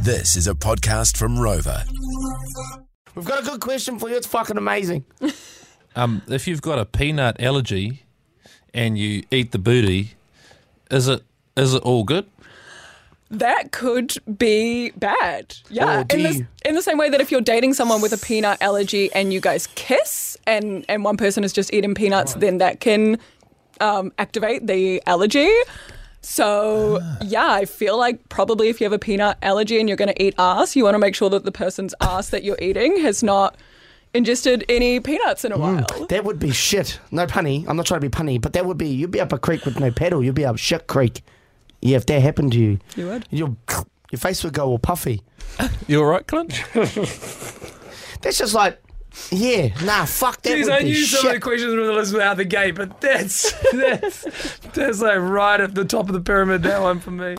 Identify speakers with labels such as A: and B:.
A: This is a podcast from Rover.
B: We've got a good question for you. It's fucking amazing.
C: Um, if you've got a peanut allergy and you eat the booty, is it is it all good?
D: That could be bad. Yeah.
B: Or do
D: in, the,
B: you-
D: in the same way that if you're dating someone with a peanut allergy and you guys kiss and, and one person is just eating peanuts, then that can um, activate the allergy. So, yeah, I feel like probably if you have a peanut allergy and you're going to eat ass, you want to make sure that the person's ass that you're eating has not ingested any peanuts in a while.
B: That would be shit. No punny. I'm not trying to be punny, but that would be you'd be up a creek with no paddle. You'd be up shit creek. Yeah, if that happened to you,
D: You would.
B: your your face would go all puffy.
C: You all right, Clint?
B: That's just like, yeah, nah, fuck that.
E: Jeez,
B: would
E: I
B: be
E: knew
B: shit.
E: some of the questions were the list without the gate, but that's that's that's like right at the top of the pyramid. That one for me.